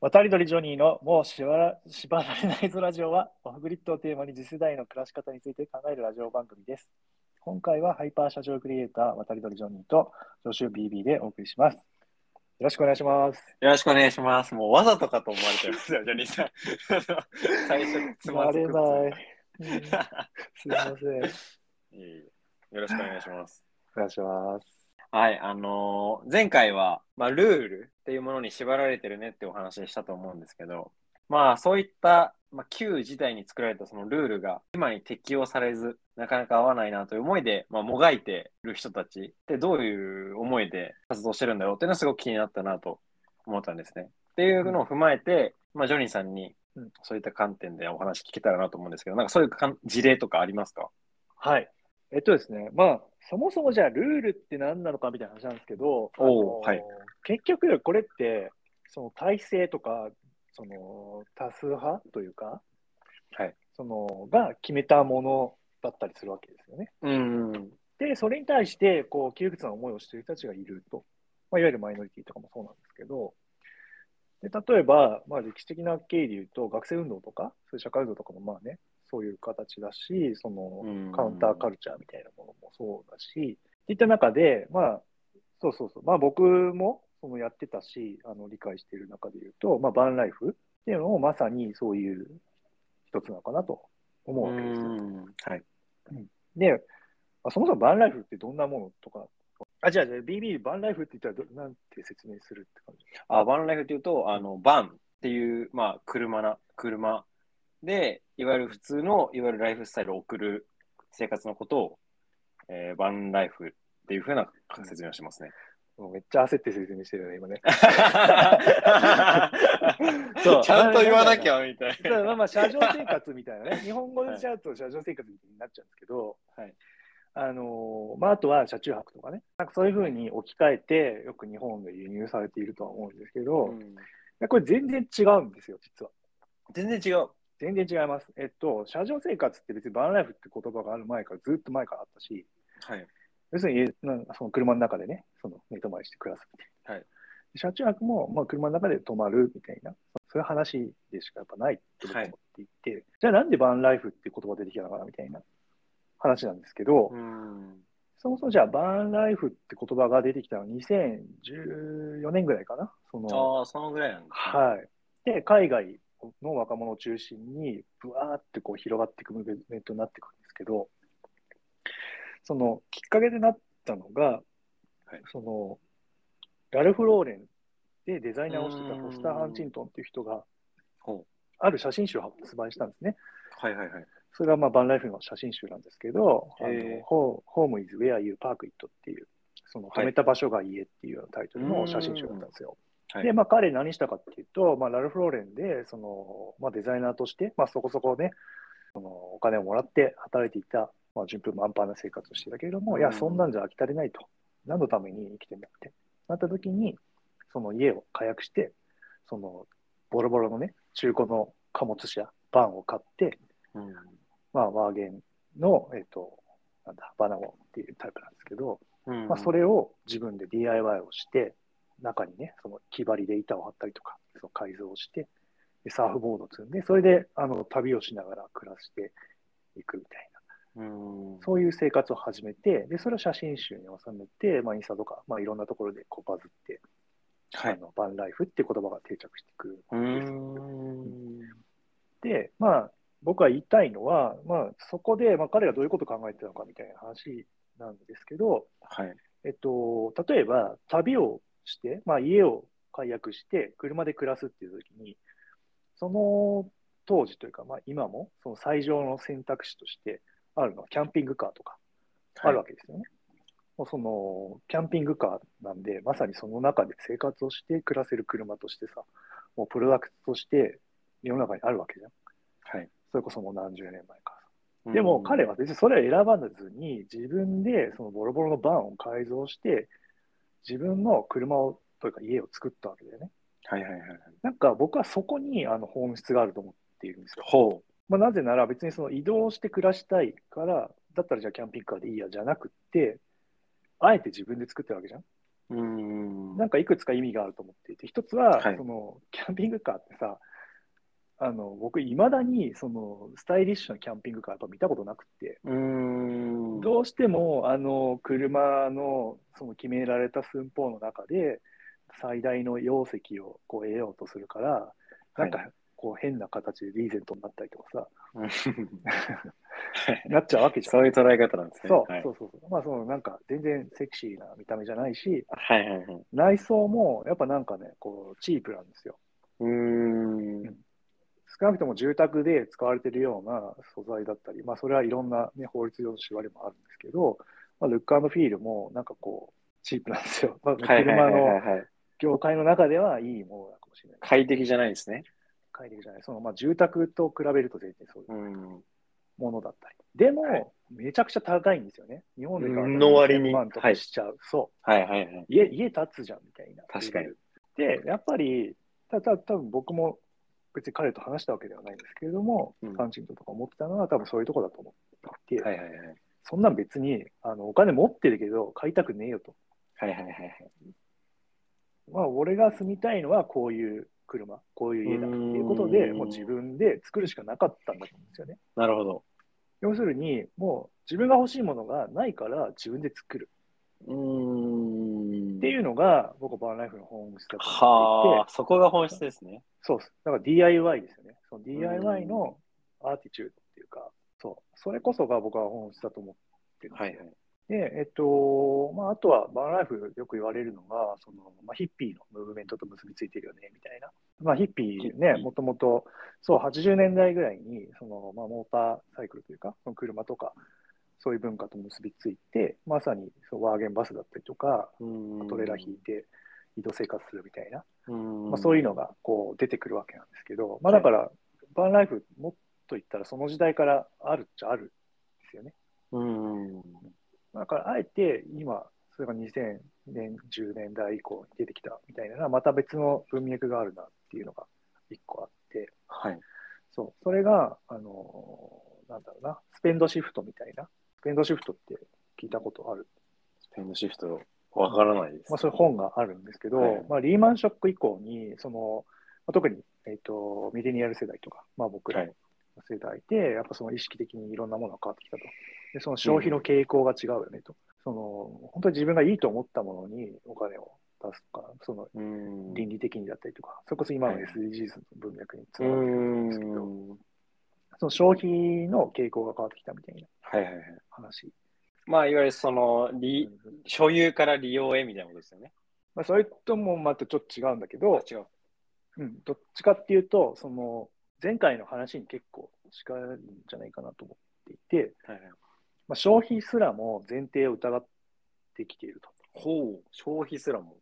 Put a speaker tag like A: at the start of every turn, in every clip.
A: 渡り鳥ジョニーのもう縛ら縛られないぞラジオは、オフグリッドをテーマに次世代の暮らし方について考えるラジオ番組です。今回はハイパー社長クリエイター、渡り鳥ジョニーと、助手 BB でお送りします。よろしくお願いします。
B: よろしくお願いします。もうわざとかと思われちゃいますよ、ジョニーさん。あの最初につまずくっ
A: 慣れない。うん
B: ていう
A: すいません。お願
B: いえいえよろしくお願いし ます。
A: いします。
B: はい、あのー前回は、まあ、ルールっていうものに縛られてるねってお話ししたと思うんですけど、まあ、そういった、まあ、旧時代に作られたそのルールが今に適用されず、なかなか合わないなという思いで、まあ、もがいてる人たちってどういう思いで活動してるんだろうっていうのはすごく気になったなと思ったんですね。っていうのを踏まえて、まあ、ジョニーさんに
A: うん
B: そういった観点でお話聞けたらなと思うんですけど、なんかそういうかん事例とかありますか
A: はい。えっとですね、まあ、そもそもじゃあルールって何なのかみたいな話なんですけど、あ
B: おう
A: の
B: はい
A: 結局これって、その体制とか、その多数派というか、
B: はい
A: そのが決めたものだったりするわけですよね。
B: うん。で
A: で、それに対して、こう、窮屈な思いをしている人たちがいると。まあ、いわゆるマイノリティとかもそうなんですけど、で、例えば、まあ、歴史的な経緯で言うと、学生運動とか、そういう社会運動とかも、まあね、そういう形だし、その、カウンターカルチャーみたいなものもそうだし、っていった中で、まあ、そうそうそう、まあ僕もそのやってたし、あの理解している中で言うと、まあバンライフっていうのもまさにそういう一つなのかなと思うわけですよ。
B: はい。
A: で、あそもそもバンライフってどんなものとか、あ、じゃあ、じゃあ BB バンライフって言ったらど、なんて説明するって感じ。
B: あ、バンライフっていうと、あの、バンっていう、まあ、車な、車で、いわゆる普通の、いわゆるライフスタイルを送る生活のことを、えーバンライフっていうふうな説明をしてますね。
A: もうめっちゃ焦って説明してるよね、今ね。 そう
B: ちゃんと言わなきゃ、みたい
A: だからま
B: な。
A: あまあ、車上生活みた いなね、日本語でしちゃうと車上生活みたいになっちゃうんですけど、
B: はい
A: あのーまあ、あとは車中泊とかね、なんかそういうふうに置き換えて、よく日本で輸入されているとは思うんですけど、い
B: うん
A: やこれ全然違うんですよ、実は。
B: 全然違う。
A: 全然違います。えっと、車上生活って別にバンライフって言葉がある前から、ずっと前からあったし、
B: はい。
A: 要するに家なんその車の中でね、その寝泊まりして暮らすみたいな。
B: はい
A: 車中泊も、まあ、車の中で泊まるみたいな、そういう話でしかやっぱないって僕は思っていて、じゃあなんでバンライフっていう言葉出てきたのかなみたいな話なんですけど、
B: うん。
A: そもそもじゃあバンライフって言葉が出てきたのは2014年ぐらいかな。その
B: ああ、そのぐらいなんだ。
A: はい、で海外の若者を中心に、ぶわーってこう広がっていくムーブメントになっていくんですけど、そのきっかけでなったのが、
B: はい
A: そのラルフ・ローレンでデザイナーをしてたフォスター・ハンチントンっていう人が、
B: ほ
A: ある写真集を発売したんですね。
B: うはいはいはい。
A: それがまあバンライフの写真集なんですけど、あ
B: へ
A: の
B: ー
A: ホームイズウェアユーパークイットっていう、その
B: はい
A: 止めた場所が家っていうようなタイトルの写真集だったんですよ。
B: うんはい
A: で、まあ、彼何したかっていうと、まあ、ラルフ・ローレンでその、まあ、デザイナーとして、まあ、そこそこね、そのお金をもらって働いていた、まあ、順風満帆な生活をしていたけれども、
B: うん
A: いや、そんなんじゃ飽き足りないと、何のために生きてんだってなった時に、その家を火薬して、そのボロボロのね、中古の貨物車、バンを買って、
B: うん
A: まあ、ワーゲンの、えっと、なんだ、バナゴンっていうタイプなんですけど、
B: うん
A: まあ、それを自分で DIY をして、中にね、その木張りで板を張ったりとか、その改造をして、でサーフボードを積んで、それであの旅をしながら暮らしていくみたいな、
B: うん
A: そういう生活を始めて、でそれを写真集に収めて、まあ、インスタとか、まあ、いろんなところでこうバズって、
B: は
A: あ
B: い。
A: のバンライフって言葉が定着してくる
B: う
A: わけです。
B: ん。
A: で、まあ、僕が言いたいのは、まあ、そこで、まあ、彼がどういうことを考えてたのかみたいな話なんですけど、
B: はい。
A: えっと、例えば、旅をして、まあ、家を解約して、車で暮らすっていう時に、その当時というか、まあ、今も、その最上の選択肢としてあるのは、キャンピングカーとか、あるわけですよね。もうそのキャンピングカーなんで、まさにその中で生活をして暮らせる車としてさ、もうプロダクトとして世の中にあるわけじゃん。
B: はい。
A: それこそもう何十年前から
B: はい。
A: でも彼
B: は、
A: は別にそれを選ばずに、自分でそのボロボロのバンを改造して、自分の車をというか家を作ったわけだよね。
B: はいはいはいはい。
A: なんか僕はそこにあの本質があると思っているんですよ。
B: ほ
A: まあ、なぜなら別にその移動して暮らしたいから、だったらじゃあキャンピングカーでいいやじゃなくって、あえて自分で作ってるわけじゃん。
B: うん。
A: なんかいくつか意味があると思っていて、一つは、
B: はい
A: そのキャンピングカーってさ、あの僕、いまだにそのスタイリッシュなキャンピングカーやっぱ見たことなくて、
B: うん。
A: どうしてもあの車のその決められた寸法の中で、最大の容積をこう得ようとするから、なん
B: は
A: かこう変な形でリーゼントになったりとかさ、
B: うん
A: なっちゃうわけじゃん。
B: そういう捉え方なんですね。
A: そう
B: はい
A: そうそうそう。まあ、そのなんか全然セクシーな見た目じゃないし、
B: はいはいはい。
A: 内装もやっぱなんかね、こうチープなんですよ。
B: うん。
A: 少なくとも住宅で使われているような素材だったり、まあ、それはいろんな、ね、法律上の縛りもあるんですけど、まあ、ルックフィールもなんかこう、チープなんですよ。まあ、
B: はいはいは
A: 車
B: いは
A: の
B: いはい。
A: 業界の中ではいいものだかもしれない。
B: 快適じゃないですね。
A: 快適じゃない。そのまあ住宅と比べると全然そういう
B: うん。
A: ものだったり。でも、
B: はい
A: めちゃくちゃ高いんですよね。日本で買う
B: の割に
A: 2000万とかしちゃう。そう。
B: はいはいはい。
A: 家、家建つじゃんみたいな。
B: 確かに。
A: で、やっぱり、たた多分僕も別に彼と話したわけではないんですけれども、
B: うん
A: 関心とか思ってたのは、多分そういうとこだと思っていて、
B: はいはいはい。
A: そんなん別にあのお金持ってるけど、買いたくねえよと。
B: はいはいはいはい。
A: まあ、俺が住みたいのはこういう車、こういう家だっていうこと
B: うー
A: で、
B: ん
A: もう自分で作るしかなかったんだと思うんですよね。
B: なるほど。
A: 要するに、もう自分が欲しいものがないから自分で作る
B: うん。
A: っていうのが、僕はバーンライフの本質だと思ってい
B: は
A: て、
B: あ、そこが本質ですね。
A: そうです。だから DIY ですよね。その DIY のアーティチュードっていうか、そう。それこそが僕は本質だと思ってるんです
B: は
A: よ
B: いはい。
A: で、えっと、まあ、あとは、バーンライフよく言われるのが、その、まあ、ヒッピーのムーブメントと結びついてるよね、みたいな。まあ、ヒッピ
B: ヒッ
A: ー
B: ピー
A: ね、もともと、そう、80年代ぐらいに、その、まあ、モーターサイクルというか、その車とか、そういう文化と結びついて、まさに、そうワーゲンバスだったりとか、
B: うん
A: トレーラー引いて、移動生活するみたいな、
B: うん
A: まあ、そういうのが、こう、出てくるわけなんですけど、まあ、だから、バーンライフ、もっと言ったら、その時代からあるっちゃあるんですよね。
B: うん。
A: だから、あえて今、それが2000年、10年代以降に出てきたみたいなのは、また別の文脈があるなっていうのが一個あって、
B: はい。
A: そう、それが、あのーなんだろうな、スペンドシフトみたいな。スペンドシフトって聞いたことある。
B: スペインのシフト、わからないです。
A: まあ、そういう本があるんですけど、
B: はい
A: まあ、リーマンショック以降に、その、まあ、特に、えっ、と、ミレニアル世代とか、まあ僕ら
B: は
A: の
B: い
A: 世代で、やっぱその意識的にいろんなものが変わってきたと。で、その消費の傾向が違うよねと。その、本当に自分がいいと思ったものにお金を出すとか、その
B: うん。
A: 倫理的にだったりとか、それこそ今の
B: はい
A: SDGs の文脈につ
B: う
A: ながってるん
B: ん。
A: ですけど、その消費の傾向が変わってきたみたいな
B: はいはいはい。
A: 話。
B: まあ、いわゆるその、り所有から利用へみたいなことですよね。
A: まあ、それともまたちょっと違うんだけど、
B: 違う。
A: うん、どっちかっていうと、その前回の話に結構近いんじゃないかなと思っていて、
B: はいはい。
A: まあ、消費すらも前提を疑ってきていると。
B: ほう、消費すらも。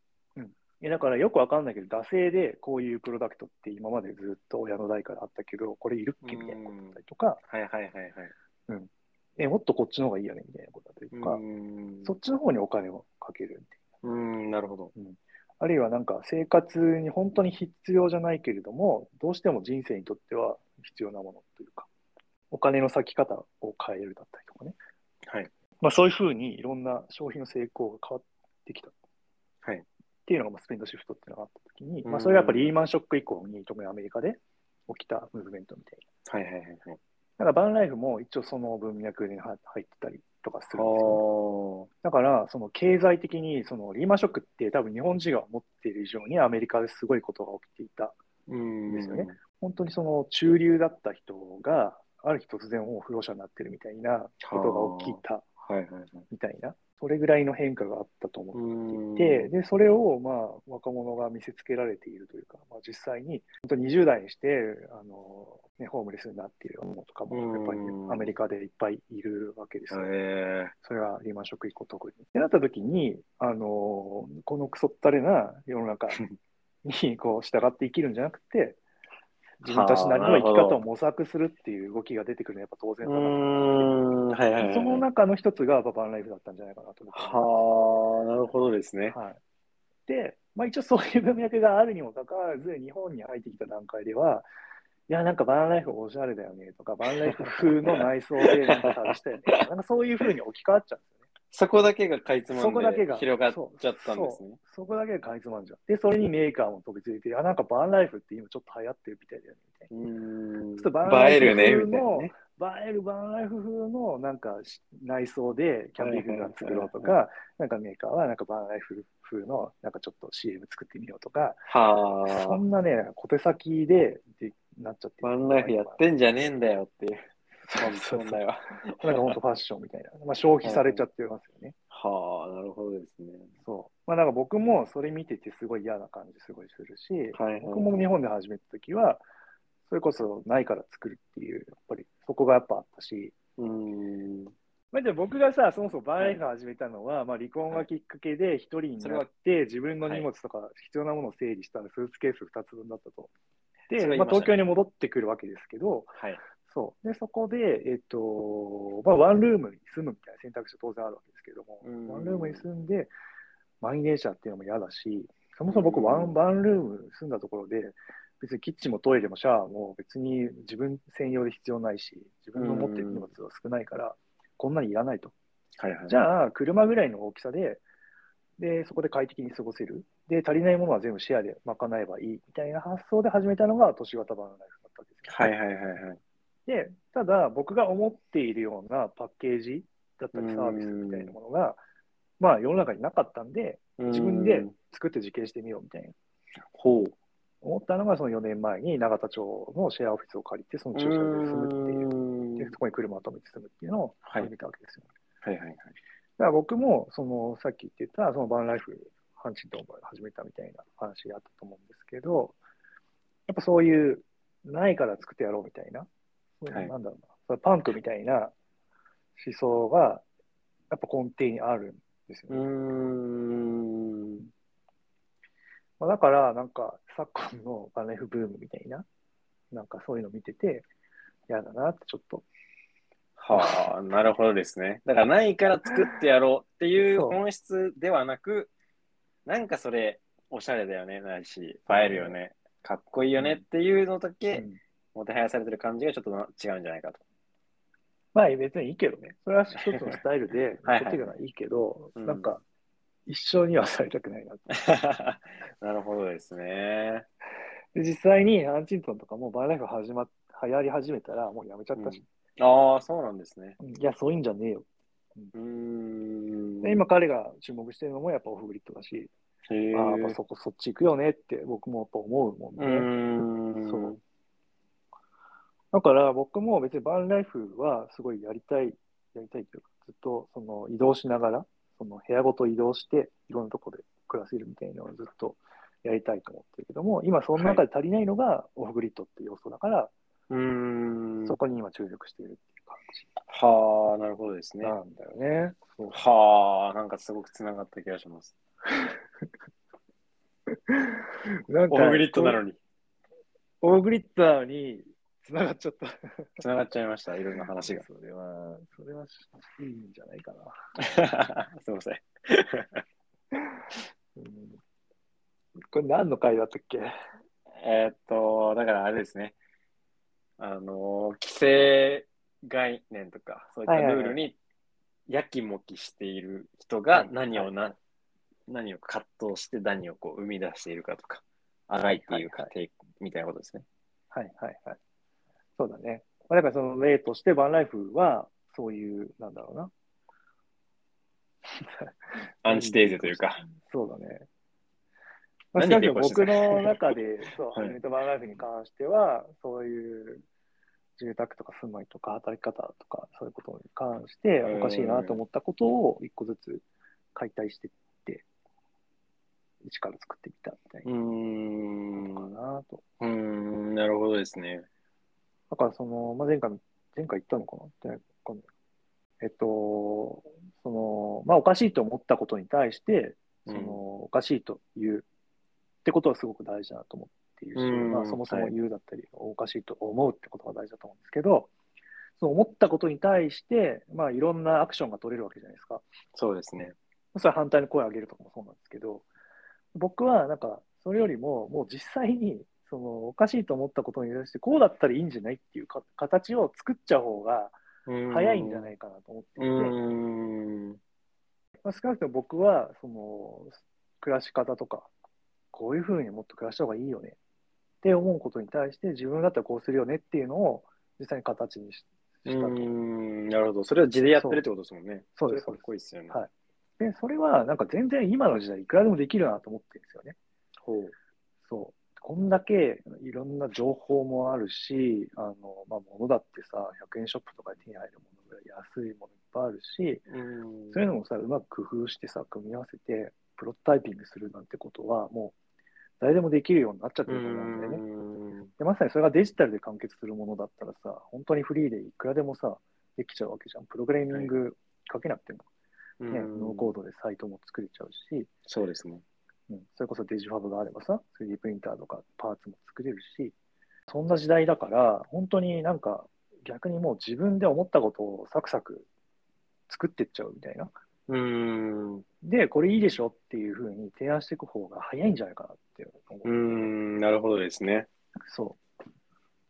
A: えだからよくわかんないけど、惰性でこういうプロダクトって今までずっと親の代からあったけど、これいるっけみたいなことだったりとか、
B: はいはいはいはい。
A: え、もっとこっちの方がいいよねみたいなことだったりとか、
B: ん
A: そっちの方にお金をかけるみたいな。
B: うん、なるほど。
A: あるいはなんか生活に本当に必要じゃないけれども、どうしても人生にとっては必要なものというか、お金の割き方を変えるだったりとかね。
B: はい。
A: まあそういうふうにいろんな消費の成功が変わってきた。
B: はい
A: っていうのがまあスペインドシフトっていうのがあった時に、
B: うん
A: まあそれはやっぱりリーマンショック以降に、特にアメリカで起きたムーブメントみたい
B: はいはいはいはい。
A: な。だからバンライフも一応その文脈に入入ってたりとかするんですよね、
B: お
A: だから、その経済的に、そのリーマンショックって多分日本人が思っている以上にアメリカですごいことが起きていた。
B: うん。
A: ですよね。本当にその中流だった人が、ある日突然もう不老者になってるみたいなことが起きた
B: はいはいはい。
A: みたいな、それぐらいの変化があったと思
B: うん
A: って、で、それをまあ若者が見せつけられているというか、まあ実際に、本当に20代にして、あの、ね、ホームレスになっているものとかも、やっぱりね
B: うん
A: アメリカでいっぱいいるわけですよね。
B: え
A: それはリーマンショック以降特に。ってなった時に、あのーこのクソったれな世の中 にこう従って生きるんじゃなくて、自分たちなりの生き方を模索するっていう動きが出てくるのはやっぱ当
B: ー、
A: 然
B: う
A: だな。
B: ん、はいはいはい。
A: その中の一つがやっぱバンライフだったんじゃないかなと思ってま
B: はあ、なるほどですね
A: す。。はい、で、まあ、一応そういう文脈があるにもかかわらず、日本に入ってきた段階では、いや、なんかバンライフおしゃれだよねとか、バンライフ風の内装でなんか旅したよねとか、なんかそういう風に置き換わっちゃうんですよね。
B: そこだけがかいつま
A: そ
B: ん
A: こだけが
B: で広がっちゃったんですね。
A: そこだけがかいつまんじゃん。で、それにメーカーも飛びついて、あ、なんかバーンライフって今ちょっと流行ってるみたいだよね、みたいな。
B: うーん
A: ちょっとバーンラ
B: 映え
A: イフ
B: るね、
A: 風
B: みたいな
A: の
B: ね。
A: 映えるバーンライフ風のなんかし内装でキャンディーフラン作ろうと
B: はいは
A: か、なんかメーカーはなんかバーンライフ風のなんかちょっと CM 作ってみようとか、そ
B: はあ。
A: んなね、小手先ででなっちゃってる
B: バンライフやってんじゃねえんだよっていう。そ
A: そうそう
B: 問題は。
A: なんか本当ファッションみたいな。まあ消費されちゃってますよね。
B: はあ、なるほどですね。
A: そう。まあなんか僕もそれ見ててすごい嫌な感じすごいするし、
B: はいはい。
A: 僕も日本で始めた時は、それこそないから作るっていう、やっぱりそこがやっぱあったし、
B: うーん。
A: まあ、じゃあ僕がさ、そもそもバーライフを始めたのは、まあ、離婚がきっかけで一人に
B: それ
A: な
B: は
A: って、自分の荷物とか必要なものを整理したらスーツケース2つ分だったと。で、
B: それは言い
A: ま
B: ま
A: あ、
B: したね
A: 東京に戻ってくるわけですけど、
B: はい。
A: そう。で、そこで、えっと、まあ、ワンルームに住むみたいな選択肢は当然あるわけですけども
B: うん、
A: ワンルームに住んで、満員電車っていうのも嫌だし、そもそも
B: う
A: 僕、
B: ん
A: ワン、ワンルーム住んだところで、別にキッチンもトイレもシャワーも別に自分専用で必要ないし、自分の持ってる荷物は少ないから、こんなにいらないと。
B: はいはい。
A: じゃあ、車ぐらいの大きさで、で、そこで快適に過ごせる。で、足りないものは全部シェアで賄えばいいみたいな発想で始めたのが都市型バナナライフだったんですよ。
B: はいはいはいはい。
A: で、ただ僕が思っているようなパッケージだったりサービスみたいなものが、まあ世の中になかったんで、自分で
B: うん
A: 作って実験してみようみたいな。
B: ほう。
A: 思ったのがその4年前に永田町のシェアオフィスを借りて、その駐車場で住むっていうう、
B: ーん
A: でそこに車を止めて住むっていうのを
B: はい
A: 始めたわけですよ。
B: はいはいはい。
A: だから僕も、その、さっき言ってた、そのバンライフ、阪神と始めたみたいな話があったと思うんですけど、やっぱそういう、ないから作ってやろうみたいな、そういう
B: はい
A: なんだろうな、そのパンクみたいな思想が、やっぱ根底にあるんですよ
B: う
A: ね。
B: ーん。
A: まあ、だから、なんか、昨今のバンライフブームみたいな、なんかそういうの見てて、嫌だなってちょっと。
B: はあ、なるほどですね。だからないから作ってやろうっていう
A: そう
B: 本質ではなく、なんかそれ、おしゃれだよね、ないし、映えるよね、かっこいいよねっていうのだけ、
A: うん
B: もてはやされてる感じがちょっとな違うんじゃないかと。
A: まあ別にいいけどね。それは一つのスタイルで
B: はいはい
A: 残っていくのはいいけど、
B: うん
A: なんか一生にはされたくないなって。
B: なるほどですね。
A: で実際にアンチントンとかもバーライフ始まっ流行り始めたらもうやめちゃったし、
B: ああ、そうなんですね。
A: いや、そういうんじゃねえよ。
B: うーん。
A: で、今彼が注目してるのもやっぱオフグリッドだし、
B: へえ
A: ああ、やっぱそこそっち行くよねって僕もやっぱ思うもん
B: う
A: ね。
B: ーん。
A: そう。だから僕も別にバンライフはすごいやりたい、やりたいというか、ずっとその移動しながら、その部屋ごと移動して、いろんなとこで暮らせるみたいなのをずっとやりたいと思ってるけども、今その中で足りないのがオフグリッドっていう要素だから、
B: うーん。
A: そこに今注力しているっていう感
B: はあ、なるほどです
A: じ
B: ね。
A: なんだよね。そう
B: はあ、なんかすごくつながった気がします。
A: なんか
B: オフグリッドなのに、
A: オフグリッドなのに繋がっちゃった。
B: つながっちゃいました、いろんな 話が。
A: それは、それはしいいんじゃないかな。
B: すいません。
A: うん、これ何の回だったっけ
B: えーっと、だからあれですね。あの、規制概念とか、そういった
A: はいはいはい
B: ルールにやきもきしている人が
A: はい
B: 何をな、何を葛藤して何をこう生み出しているかとか、あがいているか
A: は
B: てみたいなことですね。
A: はいはいはい。そうだね。まあだからその例として、バンライフは、そういう、なんだろうな。
B: アンチテーゼというか。
A: そうだね。まあ、し
B: 何
A: か
B: で
A: し
B: こ
A: 僕
B: うして
A: の中 で、そう、
B: はい
A: 始めたバンライフに関しては、そういう住宅とか住まいとか働き方とか、そういうことに関して、
B: うん
A: おかしいなと思ったことを一個ずつ解体していって、一から作ってみたみたいう
B: ー
A: なことか
B: ん。う
A: なと。
B: ーん、なるほどですね。
A: だからその、まあ、前回、前回言ったのかなってないわかんないえっと、その、まあ、おかしいと思ったことに対して、その、
B: うん
A: おかしいというってことはすごく大事だなと思っているし、
B: うん
A: まあ、そもそも言うだったり、おかしいと思うってことが大事だと思うんですけど、その思ったことに対して、まあ、いろんなアクションが取れるわけじゃないですか。
B: そうですね。
A: それは反対の声を上げるとかもそうなんですけど、僕はなんか、それよりも、もう実際に、その、おかしいと思ったことに対して、こうだったらいいんじゃないっていうか形を作っちゃう方が
B: 早
A: 早いんじゃないいかなと思っていうて、
B: ーん。
A: まあ、少なくとも僕は、その、暮らし方とか、こういうふうにもっと暮らした方がいいよねって思うことに対して、自分だったらこうするよねっていうのを実際に形にし
B: う
A: したと。
B: ん、なるほど。それは地でやってるってことですもんね。
A: そうです
B: それかっこいいですよね。
A: はいで、それはなんか全然今の時代いくらでもできるなと思ってるんですよね。
B: ほう。
A: そう。こんだけいろんな情報もあるし、あの、まあ、物だってさ、100円ショップとかで手に入るものが安いものいっぱいあるし、
B: うん
A: そういうのもさ、うまく工夫してさ、組み合わせて、プロトタイピングするなんてことは、もう、誰でもできるようになっちゃってると思うんだよね。
B: うん
A: で、まさにそれがデジタルで完結するものだったらさ、本当にフリーでいくらでもさ、できちゃうわけじゃん。プログラミングかけなくても、ね、
B: うん
A: ノーコードでサイトも作れちゃうし、
B: そうですね。
A: うん、それこそデジファブがあればさ、3D プリンターとかパーツも作れるし、そんな時代だから、本当になんか逆にもう自分で思ったことをサクサク作ってっちゃうみたいな。
B: うん。う
A: で、これいいでしょっていうふうに提案していく方が早いんじゃないかなって思う。
B: ん、なるほどですね。
A: そう。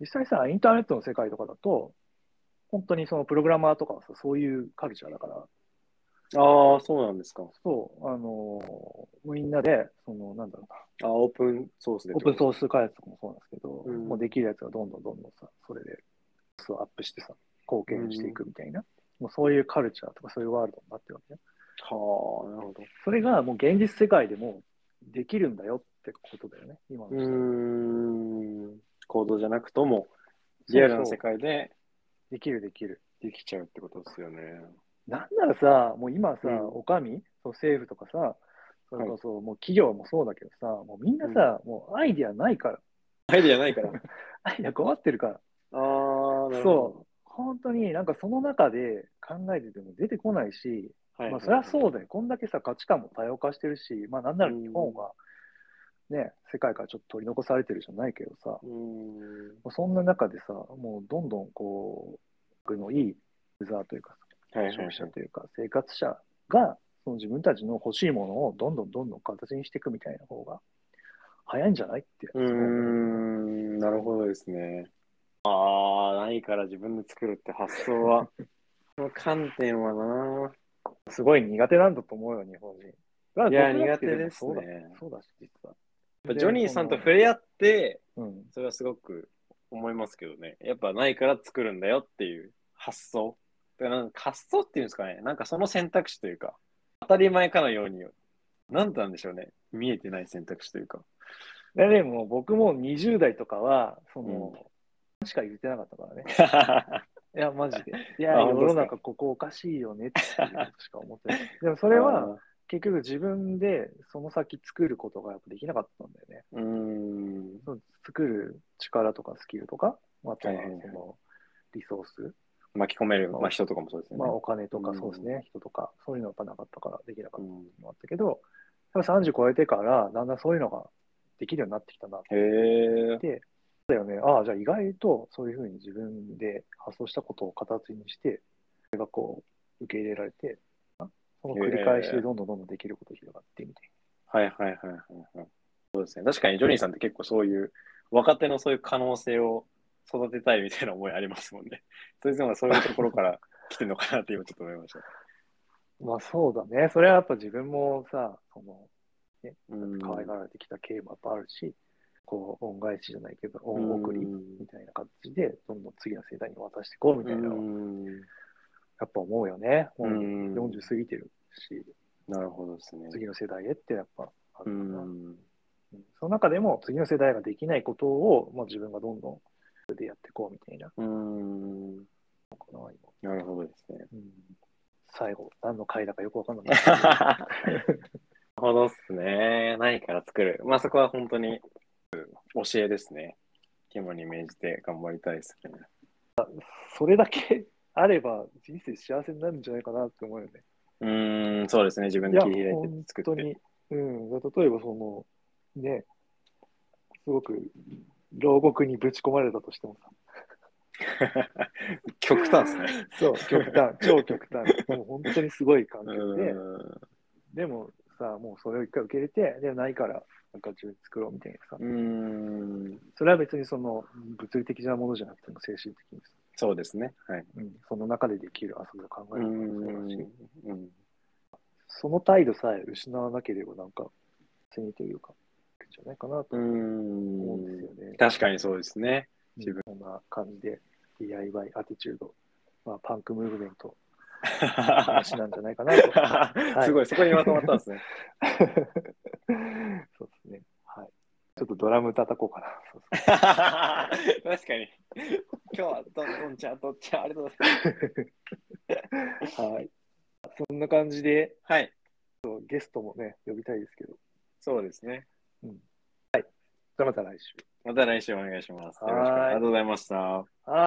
A: 実際さ、インターネットの世界とかだと、本当にそのプログラマーとかはさ、そういうカルチャーだから、
B: ああ、そうなんですか。
A: そう、あのみんなで、その、なんだろうな、
B: あオープンソースで。
A: オープン
B: ー
A: ソース開発とかもそうなんですけど、
B: うん
A: もうできるやつがどんどんどんどんさ、それで、そうアップしてさ、貢献していくみたいな、もうそういうカルチャーとかそういうワールドになってるわけね。
B: ス。はあ、なるほど。
A: それがもう現実世界でもできるんだよってことだよね、今の時代
B: うん。コードじゃなくとも、リアルな世界で
A: できるできる。
B: できちゃうってことですよ ね。
A: なんならさ、もう今さ、
B: うん
A: おかみ、そう政府とかさ、それこそもう企業もそうだけどさ、もうみんなさ、もうアイディアないから、
B: アイディアないから。
A: アイディア困ってるから。
B: ああ、なるほど。
A: そう。本当になんかその中で考えてても出てこないし、
B: う。はい。
A: まあ、それはそうだよ。こんだけさ、価値観も多様化してるし、まあ、なんなら日本は、ね、世界からちょっと取り残されてるじゃないけどさ、
B: うん。
A: まあそんな中でさ、もうどんどんこう、僕のいいユーザーというか、
B: はいはい
A: 消
B: はい
A: 費者というか、生活者が、その自分たちの欲しいものをどんどんどんどん形にしていくみたいな方が、早いんじゃないって。
B: うーん、なるほどですね。ああ、ないから自分で作るって発 想は、その観点は
A: すごい苦手なんだと思うよ、日本人。
B: な。いや、
A: 僕だ
B: 苦
A: って
B: 手です
A: もそうだ
B: ね。
A: そうだし、実は。
B: やっぱジョニーさんと
A: で
B: 触れ合って、
A: そのうん、
B: それはすごく思いますけどね。やっぱないから作るんだよっていう発想。だからなんか発想っていうんですかね。なんかその選択肢というか、当たり前かのように、なんなんでしょうね。見えてない選択肢というか。
A: いやでも僕も20代とかは、その、しか言ってなかったからね。いや、マジで。いや、
B: あ本
A: 世
B: 当です
A: の
B: か
A: 中ここおかしいよねっていうことしか思ってない。でもそれは、結局自分でその先作ることがやっぱできなかったんだよね。
B: うーん、
A: その作る力とかスキルとか、あとは
B: はいはいはい
A: そのリソース、
B: 巻き込める、まあ、人とかもそうですよね。
A: まあお金とか
B: うん
A: そうですね、人とか、そういうのやっぱなかったからできなか
B: う
A: った
B: ん
A: のもあったけど、やっぱ30超えてからだんだんそういうのができるようになってきたなっ
B: へえ。
A: て、だよね、ああ、じゃあ意外とそういうふうに自分で発想したことを形にして、それがこう受け入れられて、その繰り返しでどんどんどんどんできることが広がってみたいな。
B: はいはいはいはいはい。そうですね。確かにジョニーさんって結構そういう、若手のそういう可能性を育てたいみたいな思いありますもんね。 それでもそういうところから来てるのかなって今ちょっと思いました。
A: まあそうだね。それはやっぱ自分もさ、その、
B: うん
A: 可愛がられてきた経緯もやっぱあるし、こう、恩返しじゃないけど、
B: う
A: 恩
B: ん
A: 送りみたいな感じで、どんどん次の世代に渡していこうみたいなのは、やっぱ思うよね。も
B: う。
A: うん40過ぎてるし、
B: なるほどですね。
A: 次の世代へってやっぱあ
B: う
A: るから、
B: ん。
A: うんその中でも次の世代ができないことを、まあ、自分がどんどんそれでやっていこうみたいな
B: うん。
A: のかな、今。
B: なるほどですね。
A: うん最後、何の回だかよくわかんない。
B: なるほどっすね。ないから作る。まあそこは本当にうん教えですね。肝に銘じて頑張りたいですね。
A: それだけあれば人生幸せになるんじゃないかなって思うよ ね。
B: うーん、そうですね。自分
A: い
B: で
A: や、
B: 切り開いて
A: 本
B: 作
A: 当
B: って。
A: に。うん、例えばその、ね、すごく牢獄にぶち込まれたとしても さ、
B: 極端で すね。
A: そう、極端、超極端、もう本当にすごい環
B: う
A: 境で、
B: ー
A: でもさ、もうそれを一回受け入れて、でないから、なんか自分で作ろうみたいなさ、
B: ん。うーん
A: それは別にその物理的なものじゃなくても精神的にさ、
B: そうですね。はい。
A: うん、その中でできる遊びを考え
B: うー
A: るのもそうだし、
B: ん。うん
A: その態度さえ失わなければ、なんか、責任というか、いくんじゃないかなと
B: う
A: 思うんですよ
B: ん。
A: ね。
B: 確かにそうですね。自分
A: こんな感じで、DIY、アティチュード、まあ、パンクムーブメント、話なんじゃないかな と。
B: すごい、そこにまとまったんで すね。
A: そうですね。はい。ちょっとドラム叩こうかな。そうそう
B: 確かに。今日はどんどんちゃんどんちゃんありがとうございます。
A: はい。そんな感じで、
B: はい、
A: ゲストもね、呼びたいですけど。
B: そうですね。
A: じゃあまた来週。
B: また来週お願いします。よ
A: はい
B: ろしく。ありがとうございました。